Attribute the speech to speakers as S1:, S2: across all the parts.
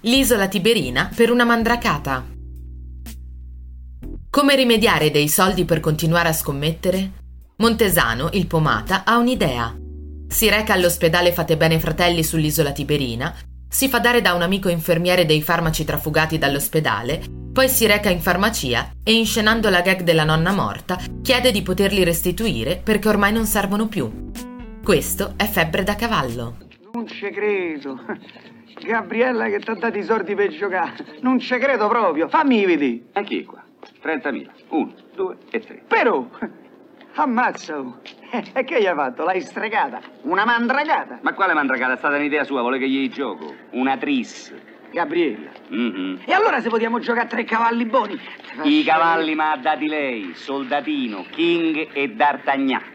S1: L'isola tiberina per una mandracata. Come rimediare dei soldi per continuare a scommettere? Montesano, il pomata, ha un'idea. Si reca all'ospedale Fate Bene Fratelli sull'isola tiberina, si fa dare da un amico infermiere dei farmaci trafugati dall'ospedale, poi si reca in farmacia e, inscenando la gag della nonna morta, chiede di poterli restituire perché ormai non servono più. Questo è febbre da cavallo.
S2: Non ci credo. Gabriella che ti ha dato i soldi per giocare. Non ci credo proprio. Fammi vedere.
S3: Anche qua. 30.000. 1, 2 e 3.
S2: Però, ammazza. oh. E che gli hai fatto? L'hai stregata? Una mandragata.
S3: Ma quale mandragata? È stata un'idea sua, vuole che gli gioco. Una tris.
S2: Gabriella.
S3: Mhm.
S2: E allora se vogliamo giocare a tre cavalli buoni?
S3: I cavalli ma ha dati lei, Soldatino, King e D'Artagnan.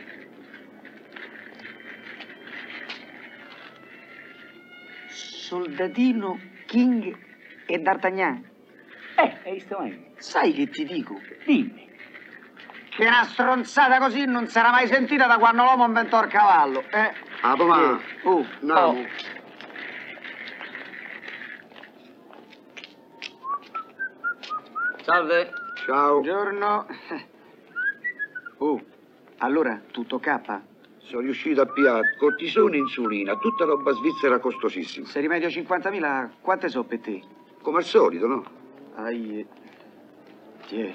S2: Soldatino, King e D'Artagnan.
S3: Eh, hai visto mai?
S2: Sai che ti dico?
S3: Dimmi.
S2: Che una stronzata così non sarà mai sentita da quando l'uomo inventò il cavallo, eh?
S4: Ah, papà.
S2: Eh, oh,
S4: No.
S2: oh.
S3: Salve.
S4: Ciao.
S2: Buongiorno. Oh, allora tutto K?
S4: Sono riuscito a piare cortisone e insulina, tutta roba svizzera costosissima.
S2: Se rimedio 50.000, quante so per te?
S4: Come al solito, no?
S2: Aie. Tiè.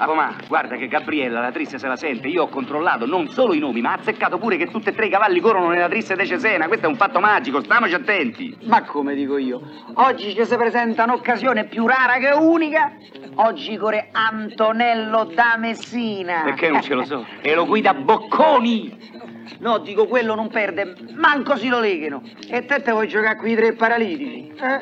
S3: Ah, ma guarda che Gabriella, la trissa se la sente. Io ho controllato non solo i nomi, ma ha azzeccato pure che tutti e tre i cavalli corrono nella trissa di Cesena. Questo è un fatto magico, stiamoci attenti.
S2: Ma come dico io, oggi ci si presenta un'occasione più rara che unica. Oggi corre Antonello da Messina.
S3: Perché non ce lo so? E lo guida Bocconi.
S2: No, dico, quello non perde, manco si lo leghino. E te te vuoi giocare qui i tre paralitici? Eh?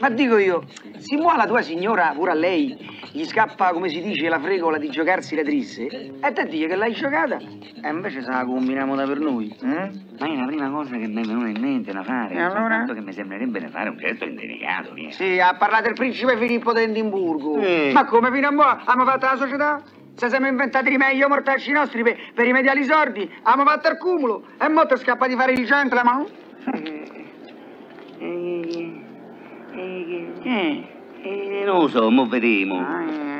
S2: Ma dico io, si muove la tua signora, pure a lei, gli scappa, come si dice, la fregola di giocarsi le trisse, e te dici che l'hai giocata, e invece se la combiniamo da per noi, eh?
S3: Ma è la prima cosa che mi è venuta in mente da fare.
S2: E allora?
S3: Soltanto che mi sembrerebbe da fare un gesto indelicato, via.
S2: Sì, ha parlato il principe Filippo d'Edimburgo.
S3: Eh.
S2: Ma come fino a mo' abbiamo fatto la società? Se siamo inventati rimeglio mortacci nostri per, per rimediare i sordi, abbiamo fatto il cumulo e mo' ti scappa di fare il gentleman.
S3: Eh, eh, eh, eh, non lo so, mo' vedremo.
S2: eh. Ah, eh.